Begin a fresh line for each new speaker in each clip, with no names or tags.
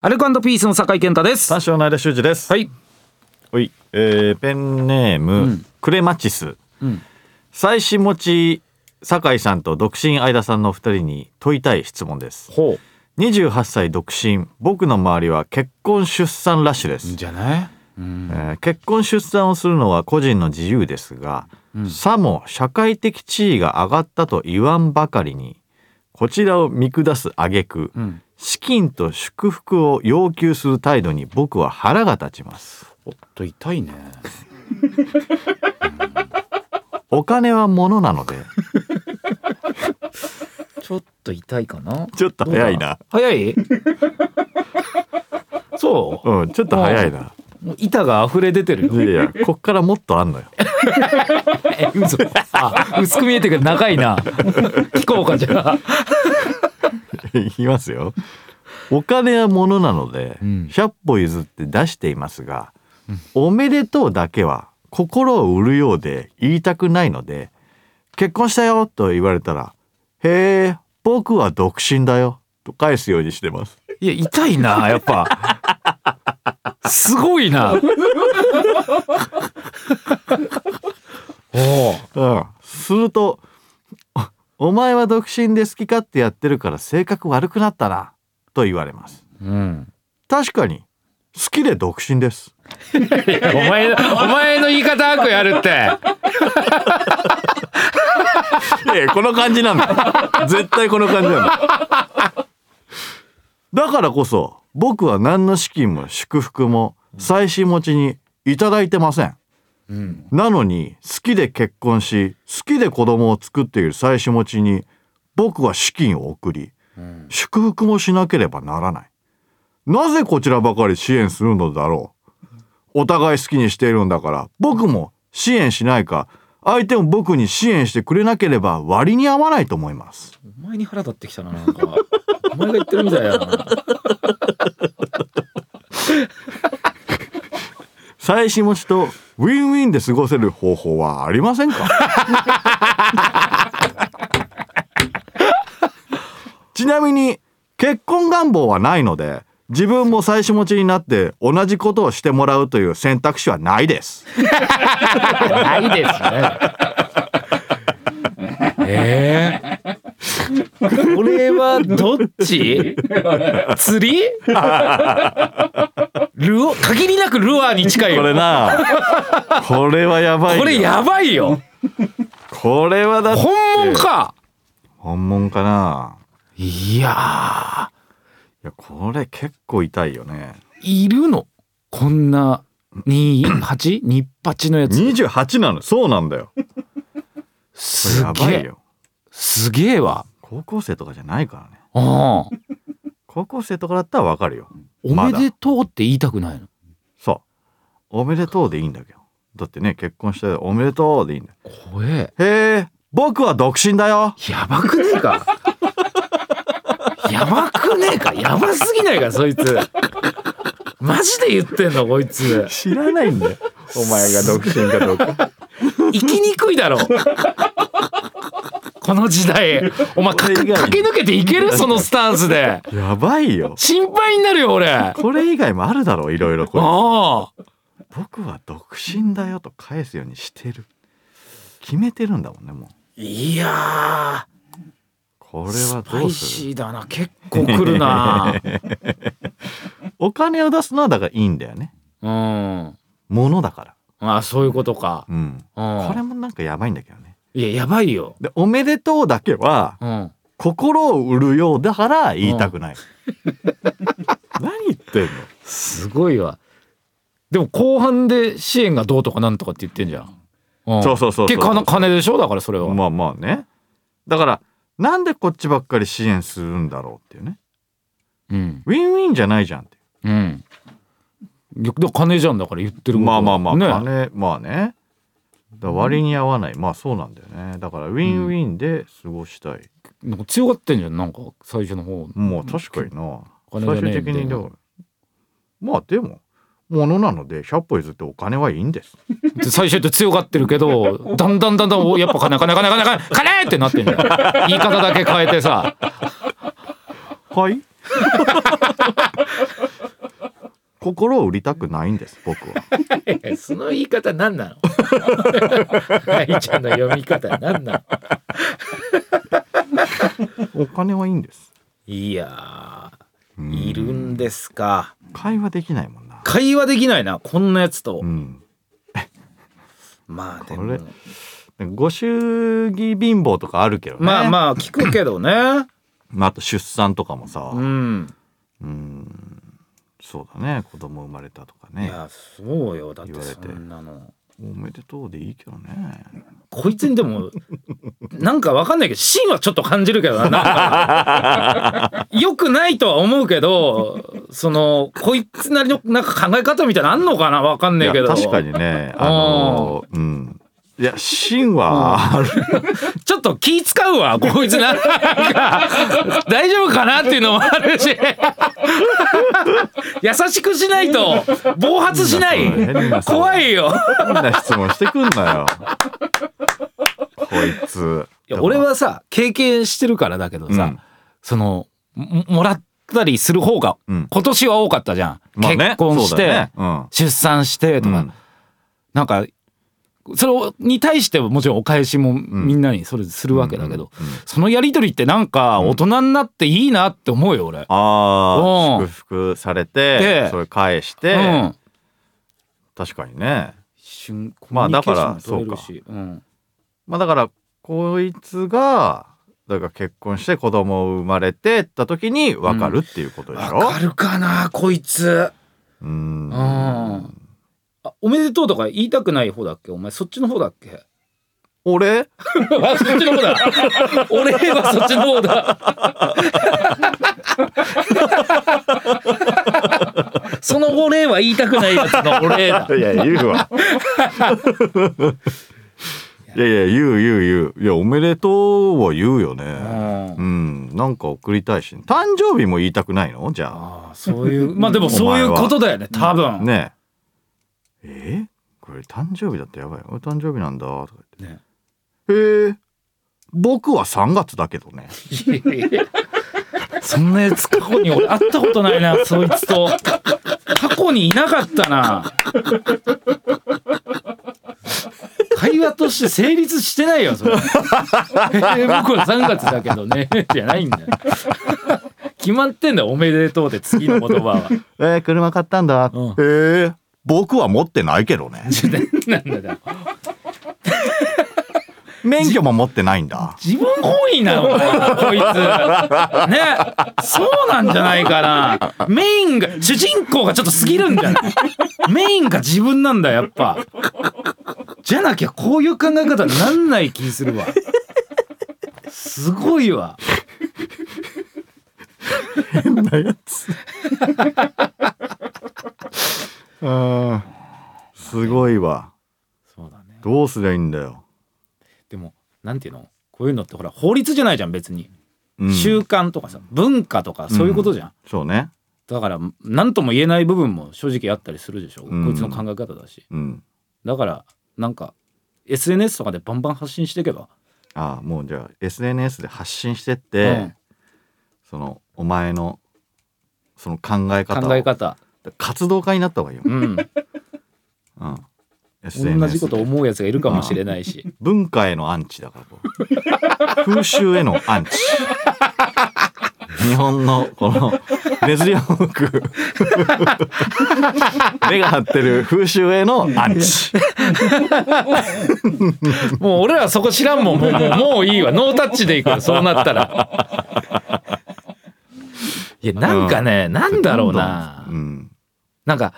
アルコピースの酒井健太です。
三四郎の間修二です。
はい。
おい、えーペンネーム、クレマチス。
うん
妻子持ち酒井さんと独身相田さんのお二人に問いたい質問です。
ほ
28歳独身、僕の周りは結婚出産ラッシュです。
じゃない。うん
え。ー結婚出産をするのは個人の自由ですが、さも社会的地位が上がったと言わんばかりにこちらを見下す挙句、
うん。
資金と祝福を要求する態度に僕は腹が立ちます
おっと痛いね。
お金は物なので
ちょっと痛いかな。
ちょっと早い
ど
な
うだ。早い。そ
うんちょっと早いな
う。もう板が溢れ出てる
いやい
よ。
やこっからもっとあんのよ
え、嘘。あ、薄く見えてるけど長いな。聞こうかじゃあ。
いきますよお金は物なので、
うん
100歩譲って出していますが、おめでとうだけは心を売るようで言いたくないので結婚したよと言われたらへえ僕は独身だよと返すようにしてます
いや痛いなやっぱ。すごいな。 おお。
うん、するとお「お前は独身で好き勝手やってるから性格悪くなったな」と言われます
うん。
確かに好きで独身です
お前の、お前の言い方悪くやるって。
ええこの感じなんだ絶対この感じなんだだからこそ僕は何の資金も祝福も妻子持ちにいただいてません
うん。
なのに好きで結婚し好きで子供を作っている妻子持ちに僕は資金を送り
うん。
祝福もしなければならないなぜこちらばかり支援するのだろうお互い好きにしているんだから僕も支援しないか相手も僕に支援してくれなければ割に合わないと思います
お前に腹立ってきたな、なんか。お前が言ってるみたいやな。
妻子持ちとウィンウィンで過ごせる方法はありませ んかちなみに結婚願望はないので自分も妻子持ちになって同じことをしてもらうという選択肢はないです
ないですね。ええこれはどっち釣りルオ限りなくルアーに近いよ。
これ なこれはやばいよ
これやばいよ。
これはだって
本物か。
本物かない
や
いやこれ結構痛いよね
ー、いるのこんな、28? 日八のやつ。
28なのそうなんだよこれ
す
や
げ
ばい
え。
よ
すげえわ。
高校生とかじゃないからね
うん。
高校生とかだったらわかるよ
おめでとうって言いたくないの。
そうおめでとうでいいんだけどだってね結婚したおめでとうでいいんだよ
怖え。
へえ僕は独身だよ
やばくねえか。やばくねえか。やばすぎないか、そいつ。マジで言ってんの、こいつ。
知らないんだよお前が独身かどうか
生きにくいだろ。この時代、お前か
これ以外に
駆け抜けていけるそのスタンスで。
やばいよ
心配になるよ、俺。あ
これ以外もあるだろういろいろこれ
あ。
僕は独身だよと返すようにしてる決めてるんだもんねもう
いやー、
これ
ス
は
パ
どう
イ
する
シーだな。結構来る な。
お金を出すのはだからいいんだよね
うん。
物だから
まあ、そういうことか。
うん
う
これ
ん。
もなんかやばいんだけどね
いや、やばいよ。
でおめでとうだけは
うん。
心を売るようだから言いたくない 何言ってんの
すごいわ。でも後半で支援がどうとかなんとかって言ってんじゃん。うん
そうそうそうそう
結果の金でしょだからそれは。
まあまあねだからなんでこっちばっかり支援するんだろうっていうね
うん。
ウィンウィンじゃないじゃんって
うん。いやだから金じゃんだから言ってること
まあまあまあ、
ね、
金まあねだから割に合わない、まあそうなんだよねだからウィンウィンで過ごしたい、
なんか強がってんじゃんなんか最初の方。
もう確かにな
お金じ
最
ゃね
終
えみ
的
たいな
にでもまあでもものなので100歩譲ってお金はいいんです
で最初って強がってるけ どだんだんだんだんおやっぱ金金金金金金ってなってんじゃん。言い方だけ変えてさ。
はい 心を売りたくないんです僕は
いやその言い方何なの愛ちゃんの 読み方何なの
お金はいいんです
いや
う
ーいるんですか
会話できないもんな
会話できないなこんなやつと、
うん
まあで
こ
も
れご祝儀貧乏とかあるけどね
まあまあ聞くけど ね
まああと出産とかもさ
うん
うんそうだね子供生まれたとか
い
ね
やそうよだって
言われて
そんなの
おめでとうでいいけどね
こいつにでもなんかわかんないけど芯はちょっと感じるけどななんか よくないとは思うけどそのこいつなりのなんか考え方みたいなのあんのかなわかんないけど
いや確かにねあのうんいや芯はある
ちょっと気使うわ、こいつな。なんか、大丈夫かなっていうのもある し。優しくしないと、暴発しない
変な変な。
怖いよ。
変な質問してくんなよ。こいつ。
いや俺はさ、経験してるからだけどさ、
うん
その、ももらったりする方が、
うん
今年は多かったじゃん。
まあね
結婚して、
そうだねうん
出産してとか、
うん
なんか、それに対してはもちろんお返しもみんなにそれするわけだけど、
うんうんうん
そのやりとりってなんか大人になっていいなって思うよ俺。う
ああ
ん
祝福され
で
てそれ返して、
うん、
確かにね
一瞬コミ
ま
ュ
あ
ニ
だ
ケ
か
ーション
ら
も取れるし、うん、
まあだからこいつがだから結婚して子供生まれてった時に分かるっていうことでしょ、
わかるかなこいつ
うん
うんあおめでとうとか言いたくない方だっけお前そっちの方だっけ
俺
あそっちの方だ俺はそっちの方だそのお礼は言いたくないやつのお礼だ
いや言うわいやいや言う言う言ういやおめでとうは言 うよね
う
うんんなんか送りたいし誕生日も言いたくないのじゃ
ああそういうまあでもそういうことだよね多
あ
分
ねええこれ誕生日だってやばい俺誕生日なんだとか言
ね
って、へえ僕は3月だけどね
そんなやつ過去に俺会ったことないなそいつと過去にいなかったな会話として成立してないよそれ、えー僕は3月だけどねじゃないんだよ決まってんだよおめでとうって次の言葉は
えー、車買ったんだ、
うん
へえ僕は持ってないけ どね
ちょなんだよ
免許も持ってないんだ
自分本位なのこい つねそうなんじゃないかなメインが主人公がちょっと過ぎるんじゃないメインが自分なんだやっぱじゃなきゃこういう考え方になんない気するわすごいわ
変なやつうんすごいわ
そうだね
どうすりゃいいんだよ、
でもなんていうのこういうのってほら法律じゃないじゃん別に、
うん
習慣とかさ文化とかそういうことじゃん、
そうね
だから何とも言えない部分も正直あったりするでしょ、
うん
こいつの考え方だし
うん
だからなんか SNS とかでバンバン発信していけば、
ああもうじゃあ SNS で発信してっ
う
て、
ん
そのお前のその考え方を
考え方、
活動家になった方がいいよ、
うん、
うん、
同じこと
で
思うやつがいるかもしれない し
文化へのアンチだからこう風習へのアンチ日本のこの根強く 目が張ってる風習へのアンチ
もう俺らそこ知らんもん もうもうもういいわノータッチでいくわそうなったら いやなんかね、なんだろうな、
うん、
なんか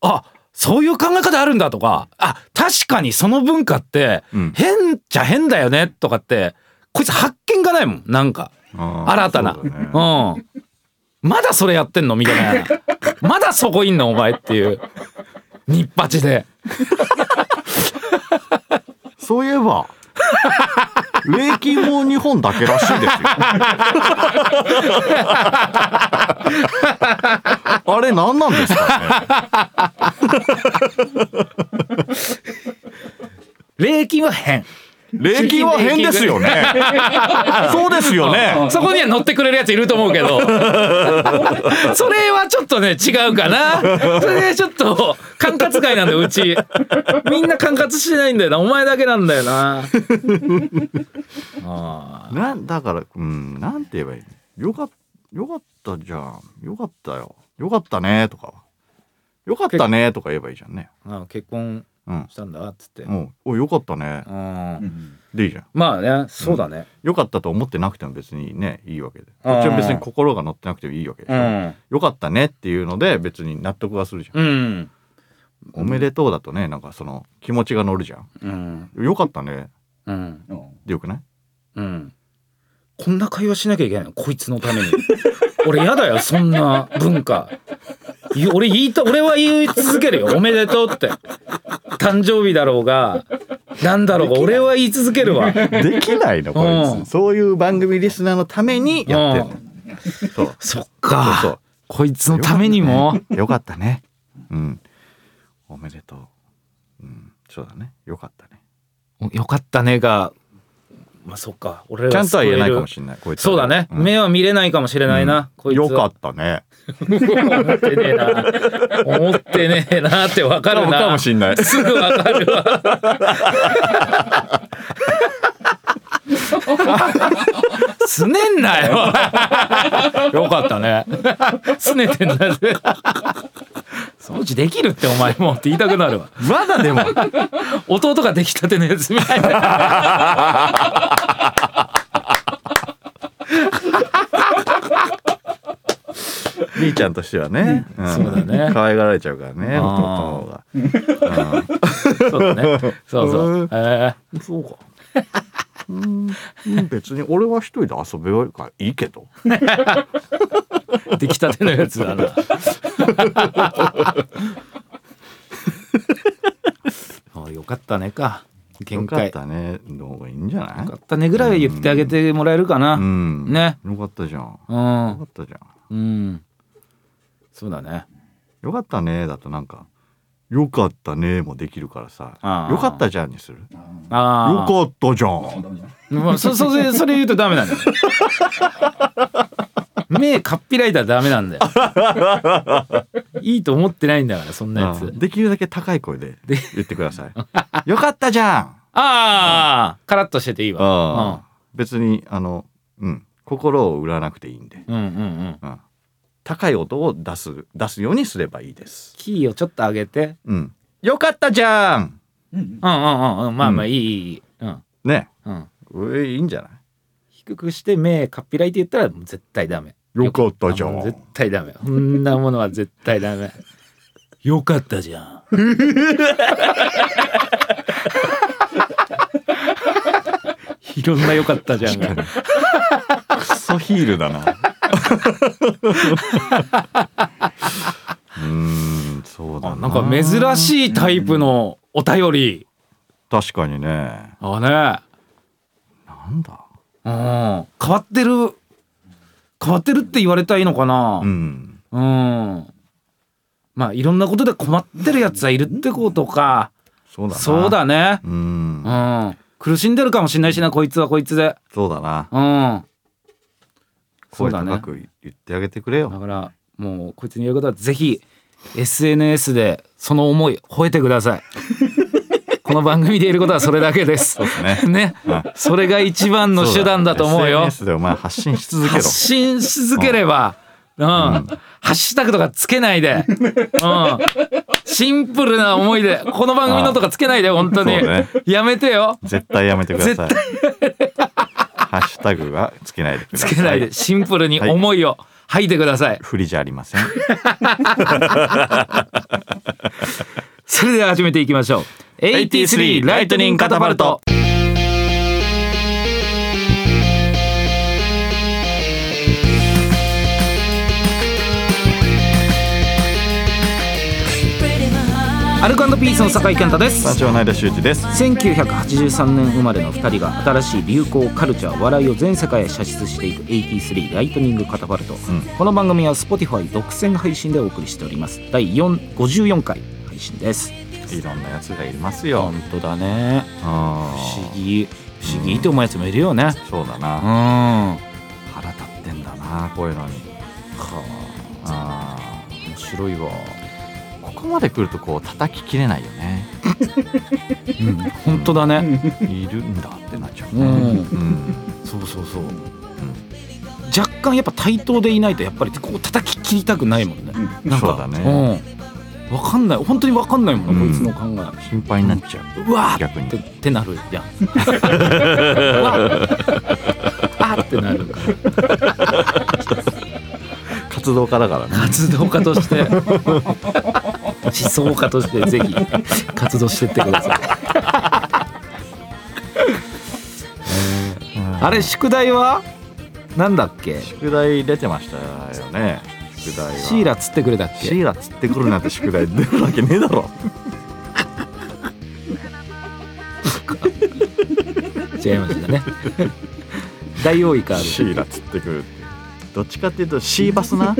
あそういう考え方あるんだとかあ確かにその文化って
うん
変じゃ変だよねとかってこいつ発見がないもんなんか。
あー
新たな,、
そううだね
んまだそれやってんのみた いなまだそこいんのお前っていうニッパチで
そういえば礼金も日本だけらしいですよ あれ何なんですかね
礼金は変
礼金は変で すよねそうですよね
そこには乗ってくれるやついると思うけ どそれはちょっとね違うかなそれちょっと管轄外なんだようちみんな管轄してないんだよなお前だけなんだよ なあ
なんだからうんなんて言えばいいのよかったよかったじゃんよかったよよかったねとかよかったねとか言えばいいじゃんね
ーあー結婚
うん
したんだっつって、うん
もうおよかったねでいいじゃん
まあねそうだね
よかったと思ってなくても別にねいいわけで
うん
こっちは別に心が乗ってなくてもいいわけでしょ、
うん
よかったねっていうので別に納得はするじゃ
う
ん、
ん、
おめでとうだとねなんかその気持ちが乗るじゃん
うん
よかったね
うん
でよくない
うん。こんな会話しなきゃいけないのこいつのために。 俺やだよ、そんな文化。い俺言いた、俺は言い続けるよ。おめでとうって。誕生日だろうが、なんだろうが、俺は言い続けるわ。
できないのこいつ、
うん
そういう番組リスナーのためにやってるそう そう
そっ
そ
か。
う
こいつのためにも。
よかったねうんおめでとううんそうだねよかったね
よかったねが。まあそっか。俺ら
ちゃんとは言えない
救え
か
る
もしれないこいつは
そうだね、
ん
目は見れないかもしれないな。こいつは
よかったね
思ってねえな。思ってねえなってわかるな。
かもしんない
すぐわかるわ。すねんなよ。よかったね。すねてんだぜ。そのうちできるってお前もって言いたくなるわ。
まだでも
弟ができたてのやつみたいな。
兄ちゃんとしてはね、ん
そうだね
可愛がられちゃうからね
あー
弟の方が
そうだね。そうそう。え
そうかうん別に俺は一人で遊べばいいからいいけど
ー、できたてのやつだ な。あよかったねか。限
よかっ
界。
たねの方がいいんじゃない
よかったねぐらいは言ってあげてもらえるかな。
うん
ね
よかったじゃんよ
うん
か。ったじゃん
うん。そうだね。
よかったねだとなんかよかったねもできるからさ
あー
よかったじゃんにするよ
ああ。
かったじゃん
まあ、そ、そ、それ、それ言うとダメなんだよ。目かっぴらいたらダメなんだよ。いいと思ってないんだから、そんなや
う
つ
ん。できるだけ高い声で言ってください よかったじゃん
ああ、カラッとしてていいわ。
別にあのうん心を売らなくていいんで、
うん。うんうんうん。
うん、高い音を出す出すようにすればいいです
キーをちょっと上げて。
うんよかったじゃん
うんうんうんうん。まあまあ、いい、いいいい。うん。
ね
うん。
えいいんじゃない
低くして目かっぴらいて言ったら絶対ダメ。
よかったじゃ
あもうん絶対ダメ。こんなものは絶対ダメ。よかったじ ゃん。いろんなよかったじゃんが。
クソヒールだな うーんそうだ
あな
な
んか珍しいタイプのお便り。
確かにね
あね。
なんだ
うん。変わってる。変わってるって言われたらいいのかな
う。ん
うん。まあいろんなことで困ってるやつはいるってことか。
そうだな
そうだね。
う
うんん。苦しんでるかもしれないしな、こいつはこいつで。
そうだな
うん。そう
声
だね
高く言ってあげてくれ
だ
よ
から、もう、こいつに言うことは、ぜひ、SNS で、その思い、吠えてください。 この番組で言えることはそれだけです。ね。
ね
それが一番の手段だと思うよ。
SNS でお前発信し続けろ
発信し続ければ、うん。ハッシュタグとかつけないで。うん。シンプルな思いで、この番組のとかつけないで、本当に
そうね。
やめてよ。
絶対やめてください。 ハッシュタグはつけないでくだ
つ
さい。
けないで、シンプルに思いを吐いてください。
ふりじゃありません。
それでは始めていきましょう。83ライトニングカタパルト。アルコピースの酒井健太です。
三丁内田修二です。
1983年生まれの2人が新しい流行カルチャー笑いを全世界へ射出していく83ライトニングカタパルト、この番組は Spotify 独占配信でお送りしております第4 54回配信ですいろんなやつがいます
や
よ
本当だね
不思
不思議不思議って思うやつもいるよね
そうだ
うん
な
は
腹立ってんだなこういうのに
あ
あー
面白いわ
ここまで来るとこう叩ききれないよ ね
うん本当だね
いるんだってなっちゃう
う
ね
ん
うん
そうそうそう、若干やっぱ対等でいないとやっぱりこう叩き切りたくないもんね、なんか
そうだね
うん分かんない本当に分かんないもんな、
うん
こいつの考え
心配になっちゃう
うわーっ
逆に
てってなる やんうわあーってなるから
活動家だからね
活動家として 思想家としてぜひ活動してってくださいあれ宿題はなんだっけ
宿題出てましたよね宿題は
シイラ釣ってくれたっ
シ
け
イラ釣ってくるなんて宿題 出るわけねえだろ
違いましたね 大王イカある
シイラ釣ってくるってどっちかっていうとシーバス な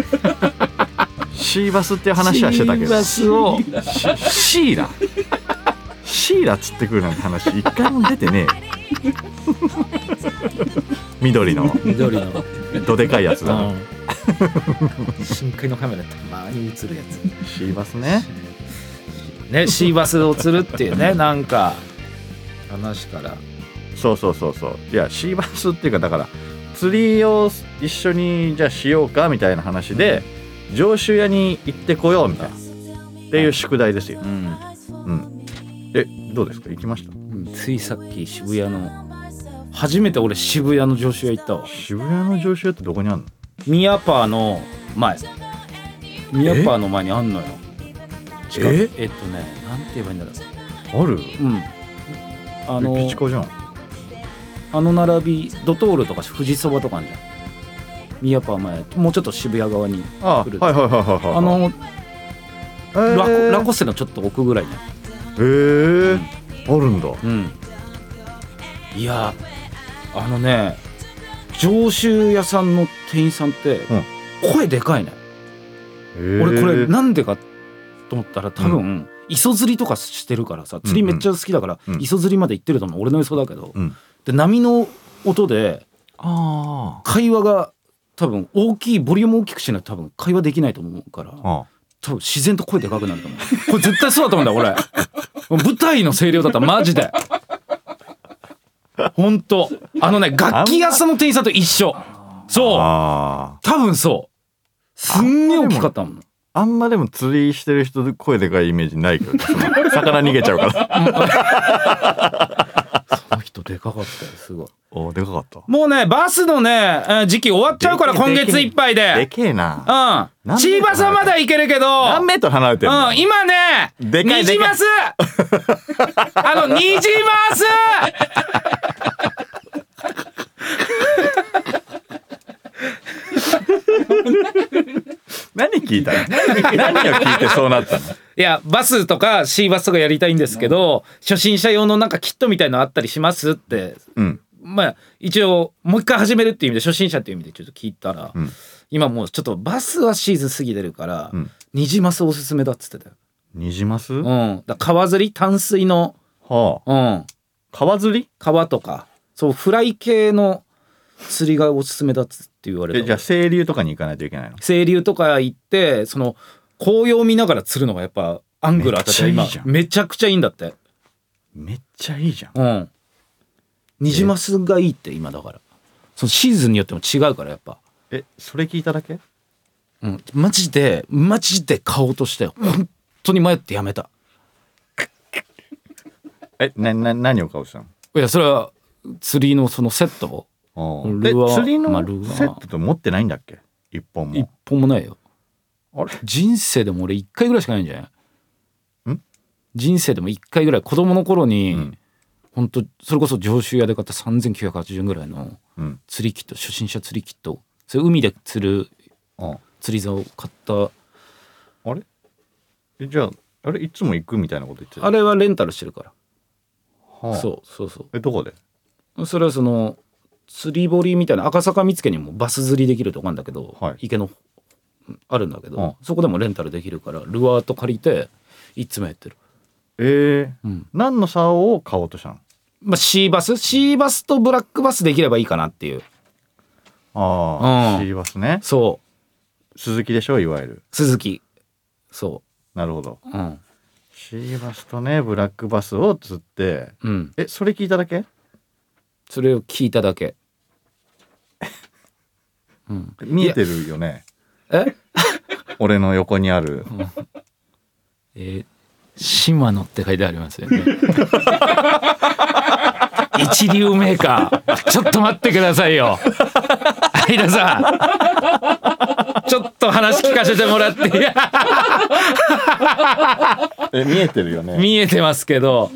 シーバスっていう話はしてたけど
シーバ
スをシーラシーラ釣ってくるなんて話一回も出て ねえよ緑の
緑の、
どでかいやつだ
深海のカメラたまに映るや
シーバスね
つねシーバスを釣るっていうねなんか話から
そうそうそうそういやシーバスっていうかだから釣りを一緒にじゃあしようかみたいな話で上州屋に行ってこようみたいなっていう宿題ですよ、
うん、
うん、えどうですか行きました
ついさっき渋谷の初めて俺渋谷の上州屋行ったわ
渋谷の上州屋ってどこにあるの
ミヤパーの前ミヤパーの前にあんのよ近く
え
えっとねなんて言えばいいんだろ
ある
ううんあの
ピチコじゃん
あの並びドトールとか富士そばとかあんじゃん宮パー前もうちょっと渋谷側に
あ
来る
はいはいはいはいはい
あの
えー
ラコラコステのちょっと奥ぐらいね
えー、あるんだ
うんいやあのね上州屋さんの店員さんって
ん
声でかいね、
えー、
俺これなんでかと思ったら多分、磯釣りとかしてるからさ釣りめっちゃ好きだから、
うんうん
磯釣りまで行ってると思う俺の予想だけど、
うん
で波の音で
あ
会話が多分大きいボリューム大きくしないと多分会話できないと思うから
ーあ
多分自然と声でかくなると思うこれ絶対そうだと思うんだよ俺舞台の声量だったらマジで本当あのね楽器屋さんの店員さんと一緒そう
あ
多分そうすんげえ大きかったもん
あんまでも釣りしてる人声でかいイメージないけどそ の魚逃げちゃうから
その人でかかったよすごい
おでかかった
もうねバスのねえー時期終わっちゃうから
でけ
今月いっぱい
で
で
けえな
うん
何
千葉さんまだ行けるけど
何メートル離れてるの、
うん、今ね、
でかい
ニジ マスあの、ニジマス
何聞い たの何を聞いてそうなったの
いや、バスとか C バスとかやりたいんですけど、初心者用のなんかキットみたいのあったりしますって、
うん
まあ、一応、もう一回始めるっていう意味で、初心者っていう意味でちょっと聞いたら、
ん
今もうちょっとバスはシーズン過ぎてるから、
うん
ニジマスおすすめだっつってたよ。
ニジマス、
う
は
ん。だ川釣り、淡水の、
あ
うん。
川釣り
川とか、そう、フライ系の釣りがおすすめだっつって言われた
え
わ。
じゃあ清流とかに行かないといけないの
清流とか行ってその紅葉見ながら釣るのがやっぱアングル当たって
めっちゃ
今
いいじゃん
めちゃくちゃいいんだって
めっちゃいいじゃん
うんニジマスがいいって今だからそのシーズンによっても違うからやっぱ、
えそれ聞いただけ
うん、マジでマジで買おうとして本当に迷ってやめた
えなな何を買うしたの
いやそれは釣りのそのセットを
ああ
ル
で
アー
釣りの
まあルアー
セットって持ってないんだっけ一本
一
も
本もないよ
あれ
人生でも俺一回ぐらいしかないんじゃない
ん
人生でも一回ぐらい子供の頃に、
うん
本当それこそ上州屋で買った3980円ぐらいの
うん
釣りキット初心者釣りキットそれ海で釣る
あ
釣り竿を買った
ああれえじゃああれいつも行くみたいなこと言ってた
あれはレンタルしてるか
は
ら
あ
そうそうそ
えどこで
うそれはその釣り堀みたいな赤坂見附にもバス釣りできるとこあるんだけど、
はい
池のあるんだけど、
うん
そこでもレンタルできるからルアーと借りていつもやってる
え
う
え
ん
何の差を買おうとしたの
まあ、C バス C バスとブラックバスできればいいかなっていう
ああ、
うん
C バスね
そ
鈴木でしょいわゆる
う鈴木そ
なるほど
ううん
C バスとねブラックバスを釣って
うん
えそれ聞いただけ
それを聞いただけうん
見えてるよね
え
俺の横にある
えー、島野って書いてありますよね。
一流メーカー
ちょっと待ってくださいよ。
相田さんちょっと話聞かせてもらって いや
え見えてるよね
見えてますけど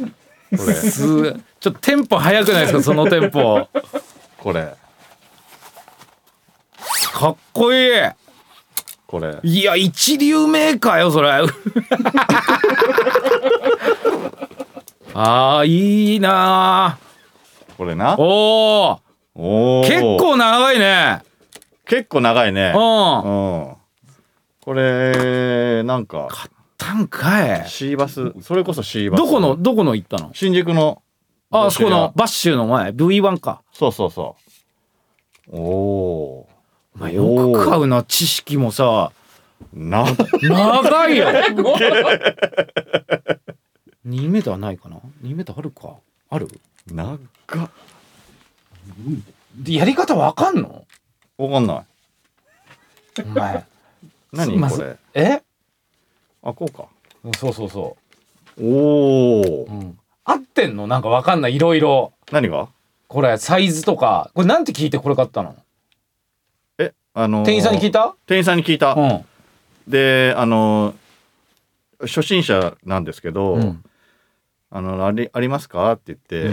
これ
すちょっとテンポ速くないですかそのテンポ
これ
かっこいい
これ
いや一流メーカーよそれ あーいいな
これな
ーお
お
お
ー
結構長いね
結構長いね
う
うんんこれなんか
たんかい
C バスそれこそ C バス
どこのどこの行ったの
新宿の
あそこのバッシュの前 V1 か
そうそうそうお
お前よく買うな知識もさ
おな
長 いよ2メーターないかな2メーターあるかある
長っ
でやり方わかんの
わかんない
お前
何
ま
こ
ず
れ
え
あこうか
そうそうそ
お
う、
お
ん、合ってんのなんかわかんないいろいろ
何が
これサイズとかこれなんて聞いてこれ買ったの
えあのー
店員さんに聞いた
店員さんに聞いた、
うん
であのー初心者なんですけど、
うん
あのありありますかって言って、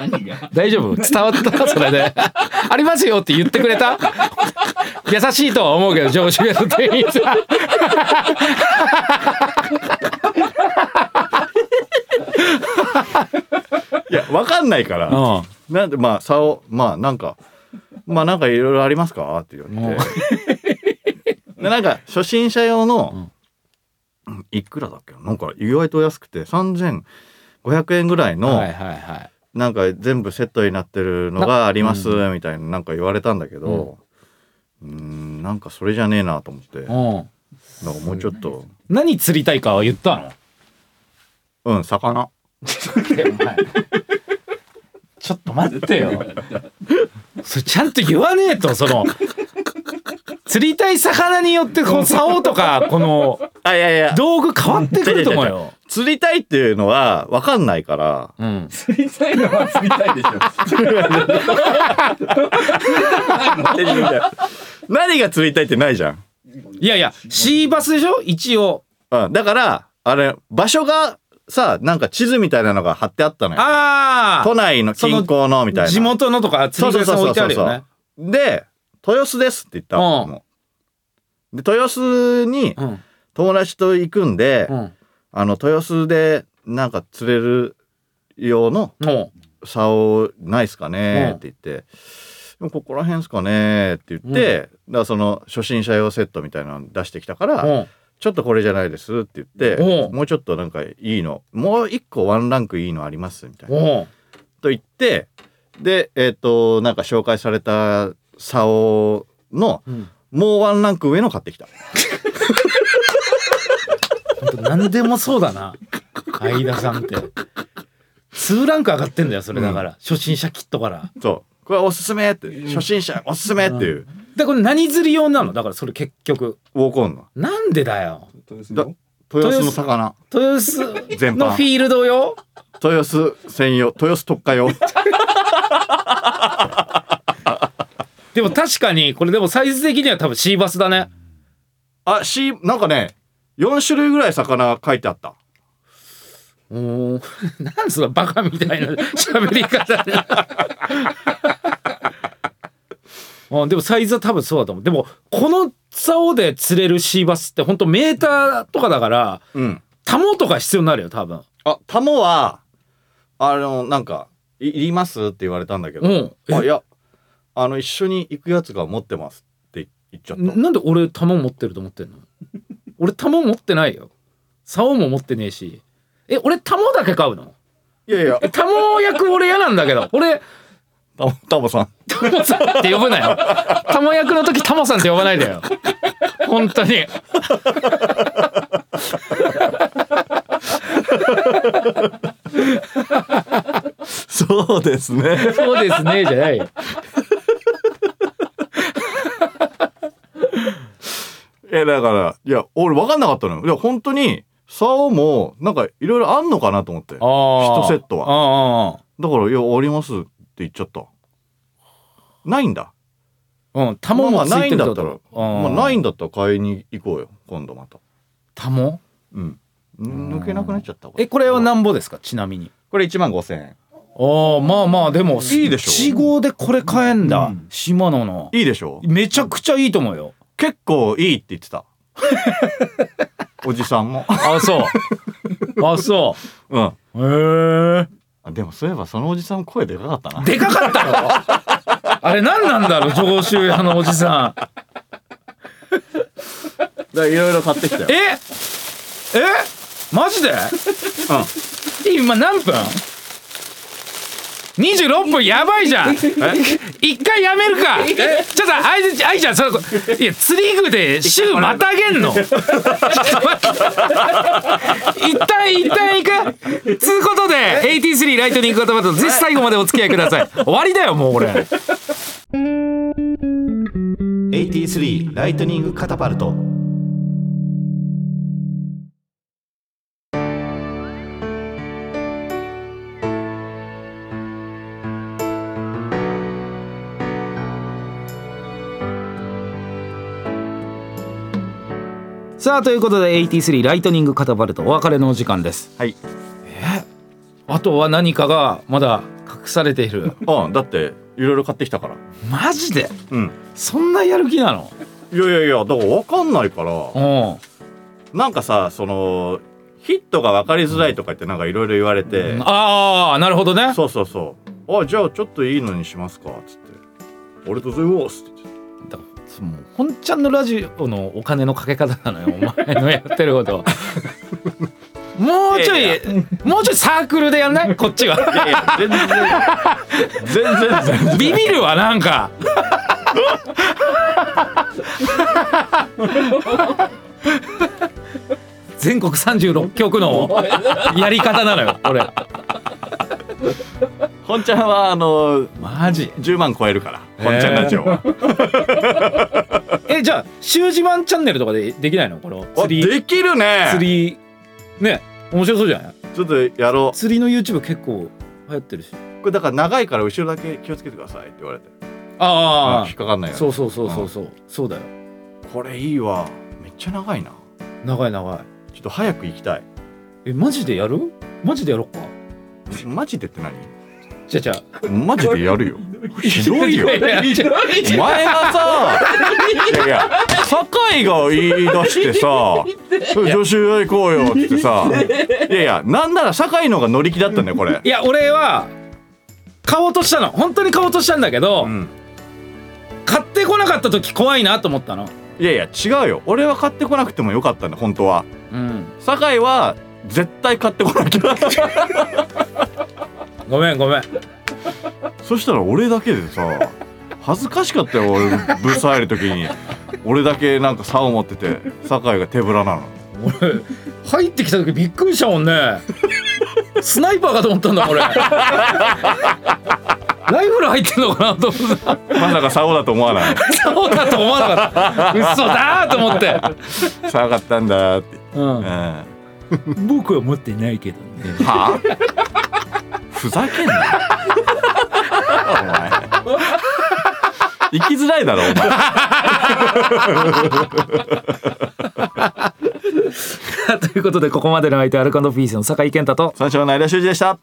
何が
大丈夫伝わったそれでありますよって言ってくれた優しいとは思うけど上司が店員さん
いやわかんない から、
うん
なんでまあ差をまあなんかまあなんかいろいろありますかって言われて でなんか初心者用の、いくらだっけななんか意外と安くて3500円ぐらいの、
はいはいはい
なんか全部セットになってるのがありますみたいななんか言われたんだけど、うん、んなんかそれじゃねえなと思ってなんか
うん
もうちょっと
何釣りたいかは言ったの
うん魚
ちょっと待ってよ。それちゃんと言わねえと、その。釣りたい魚によって、この竿とか、この
あいやいや
道具変わってくると思うよ。
釣りたいっていうのは分かんないから
うん。
釣りたいのは釣りたいでしょ。
何が釣りたいってないじゃん、
いやいや、シーバスでしょ一応。
うん、だからあれ場所がさなんか地図みたいなのが貼ってあったのよ
あ
都内の近郊のみたい
あ。
な
地元のとか、釣り具屋さん置いてあるよね。
で豊洲ですって言ったの、
うん
もうで豊洲に
うん。
友達と行くんで、
うん。
あの豊洲でなんか釣れる用の
も
竿ないっすかね
うん
って言って、でもここら辺っすかねって言って、だからその初心者用セットみたいなの出してきたから、
う。うん。
ちょっとこれじゃないですって言って、
うん
もうちょっとなんかいいのもう一個ワンランクいいのありますみたいな。
うん。
と言ってでえっ、となんか紹介された竿の
うん。
もうワンランク上の買ってきた。
ほんと何でもそうだ な。相田さんって。2ランク上がってんだよ、それだから。初心者キットから。
そうこれおすすめって初心者おすすめっていう
で、これ何釣り用なのだからそれ結局。
ウォーコンの
なんでだよ。
だ豊洲の魚
豊洲
全般
のフィールドよ。
豊洲専用豊洲特化 用
でも確かにこれでもサイズ的には多分シーバスだね。
あしなんかね4種類ぐらい魚書いてあった
うーん。なんそのバカみたいな喋り方 で。あでもサイズは多分そうだと思う。でもこの竿で釣れるシーバスって本当メーターとかだから、
うん
タモとか必要になるよ多分。
あタモはあのなんか「いいります?」って言われたんだけ
う
ど
ん。
「あいやあの一緒に行くやつが持ってます」って言っちゃった
なんで俺玉持ってると思ってんの俺玉持ってないよ竿も持ってねえしえ俺タモだけ買うの
いやいや
えタモ役俺嫌なんだけど俺
タタボさん
タモさんって呼ぶなよタモ役の時タモさんって呼ばないでよ本当に
そうですね
そうですねじゃないよ
えだからいや俺分かんなかったのよいや本当に竿もなんかいろいろあんのかなと思ってだか
あ
一セットは
は
ら「いやあります」って言っちゃったないんだ
うんタモもついてるってこ
まあ
と
まあ、ない
ん
んだったら買いに行こうよ今度また
タモ
うん抜けなくなっちゃった
えこれはなんぼですかちなみに
これ1万5000円
ああまあまあでも
いいでしょ
1号でこれ買えんだ、
うん
島野の
いいでしょ
めちゃくちゃいいと思うよ
結構いいって言って たおじさんも
あそう あそ
うん
うへ
あでもそういえばそのおじさん声でかかったな
えでかかったよ あれ何なんだろう常習屋のおじさん
いろいろ買ってきたよ
ええマジで今何分26分やばいじゃん一回やめるかちょっとあいあいちゃんそのいや釣り具で週またげんのちょっと待って一旦一旦行くつうことで83ライトニング言葉とぜひ最後までお付き合いください終わりだよもう俺
83ライトニングカタパルト
さあということで83ライトニングカタパルトお別れのお時間です
はい
あとは何かがまだ隠されている
うんだっていろいろ買ってきたから
マジで
うん
そんなやる気なの
いやいやいやだから分かんないから
うん
なんかさそのヒットが分かりづらいとかってなんかいろいろ言われて、
ああなるほどね
そうそうそう「あじゃあちょっといいのにしますか」っつって「ありがとうございます」って言って
だもう本ちゃんのラジオのお金のかけ方なのよお前 のやってることもうちょい
いや
もうちょいサークルでやんないこっちは
いやいや全然全然全然
ビビるわなんか全国36局のやり方なのよこれ
本ちゃんはあの
マジ
10万超えるから本ちゃんラジオは、
えじゃあ週字版チャンネルとかでできないのこの
あ
釣り
できるね
釣りね面白そうじゃない
ちょっとやろう
釣りの YouTube 結構流行ってるし
これだから長いから後ろだけ気をつけてくださいって言われて
あ
引っかかんないよ、ね、
そうそうそうそうそう、そうだよ
これいいわめっちゃ長いな
長い長い
ちょっと早く行きたい
えマジでやるマジでやろっか
マジでって何
じゃあじゃあ
マジでやるよ ひどいよ
いやいや
お前がさいやいや酒井が言い出してさ「女子へ行こうよ」っつってさいやいやなんなら酒井の方が乗り気だったんだよこれ
いや俺は買おうとしたの本当に買おうとしたんだけど、
うん
買ってこなかった時怖いなと思ったの
いやいや違うよ俺は買ってこなくてもよかったんだ本当は
うん
酒井は絶対買ってこなきゃ
ごめんごめん
そしたら俺だけでさ恥ずかしかったよ俺ブサ入る時に俺だけなんか竿持ってて酒井が手ぶらなの
俺入ってきた時びっくりしたもん ねスナイパーかと思ったんだ俺ライフル入ってんのかなと思った
まさか竿だと思わない
そうだと思わなかった嘘だーと思って
竿買ったんだって、うん、
う
は
ん、僕は持ってないけどね
あふざけんなお前生きづらいだろお前
ということでここまでの相手アルカンドピースの酒井健太と
三章の間修二でした